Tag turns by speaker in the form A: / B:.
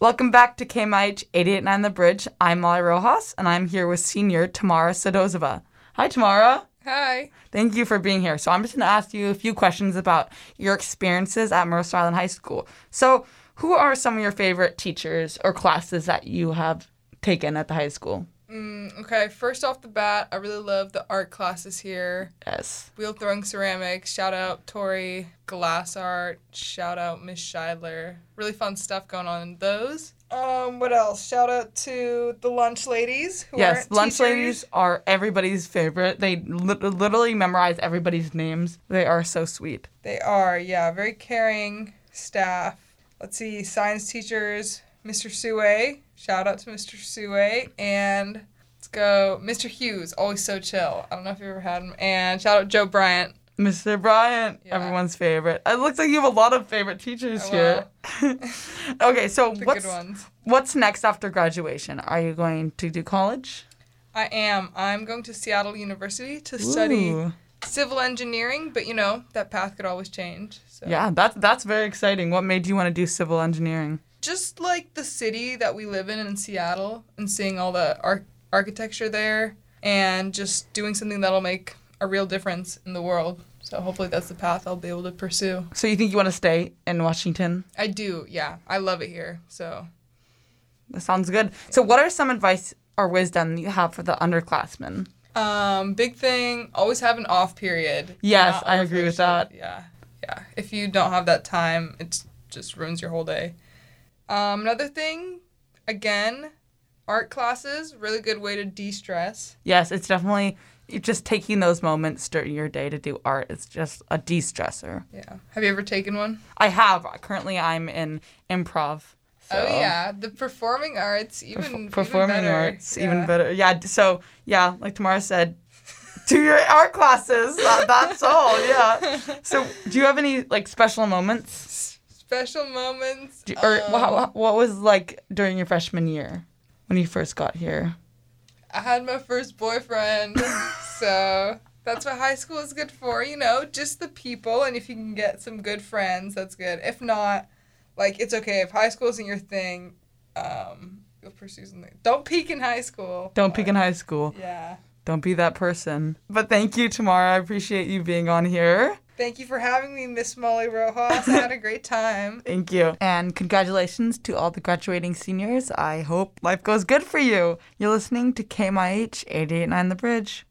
A: Welcome back to KMIH 889 The Bridge. I'm Molly Rojas, and I'm here with senior Tamara Sadozova. Hi, Tamara.
B: Hi.
A: Thank you for being here. So, I'm just going to ask you a few questions about your experiences at Mercer Island High School. So, who are some of your favorite teachers or classes that you have taken at the high school?
B: Mm, okay, first off the bat, I really love the art classes here.
A: Yes.
B: Wheel throwing ceramics, shout out Tori, glass art, shout out Miss Scheidler. Really fun stuff going on in those. Um, what else? Shout out to the lunch ladies. Who
A: Yes,
B: aren't
A: lunch
B: teachers.
A: ladies are everybody's favorite. They li- literally memorize everybody's names. They are so sweet.
B: They are, yeah, very caring staff. Let's see, science teachers, Mr. Sue. Shout out to Mr. Sue. And let's go, Mr. Hughes, always so chill. I don't know if you've ever had him. And shout out Joe Bryant.
A: Mr. Bryant,
B: Yeah.
A: everyone's favorite. It looks like you have a lot of favorite teachers
B: Oh,
A: here. okay, so
B: The
A: what's
B: good ones.
A: what's next after graduation? Are you going to do college?
B: I am. I'm going to Seattle University to study
A: Ooh.
B: civil engineering, but you know, that path could always change. So
A: Yeah, that's that's very exciting. What made you want to do civil engineering?
B: just like the city that we live in in Seattle and seeing all the ar- architecture there and just doing something that'll make a real difference in the world. So hopefully that's the path I'll be able to pursue.
A: So you think you want to stay in Washington?
B: I do. Yeah. I love it here. So
A: That sounds good. So what are some advice or wisdom you have for the underclassmen?
B: Um, big thing, always have an off period.
A: Yes,
B: Not
A: I agree with
B: overfished. Yeah. Yeah. If you don't have that time, it just ruins your whole day. Um, another thing, again, art classes, really good way to de-stress.
A: Yes, it's definitely you just taking those moments during your day to do art. It's just a de-stressor.
B: Yeah. Have you ever taken one?
A: I have currently. I'm in improv. So.
B: Oh yeah, the performing arts even even
A: performing
B: better.
A: arts
B: Yeah.
A: even better yeah d- so yeah like tamara said do your art classes that, that's all yeah so do you have any like special moments
B: Special moments.
A: do, or
B: um,
A: wha- wha- what was like during your freshman year when you first got here
B: I had my first boyfriend, so that's what high school is good for, you know, just the people. And if you can get some good friends, that's good. If not, like, it's okay. If high school isn't your thing, um, you'll pursue something. Don't peak in high school.
A: don't peek in high school
B: Yeah.
A: don't be that person but thank you tamara i appreciate you being on here
B: Thank you for having me, Miss Molly Rojas. I had a great time.
A: Thank you. And congratulations to all the graduating seniors. I hope life goes good for you. You're listening to KMIH 889 The Bridge.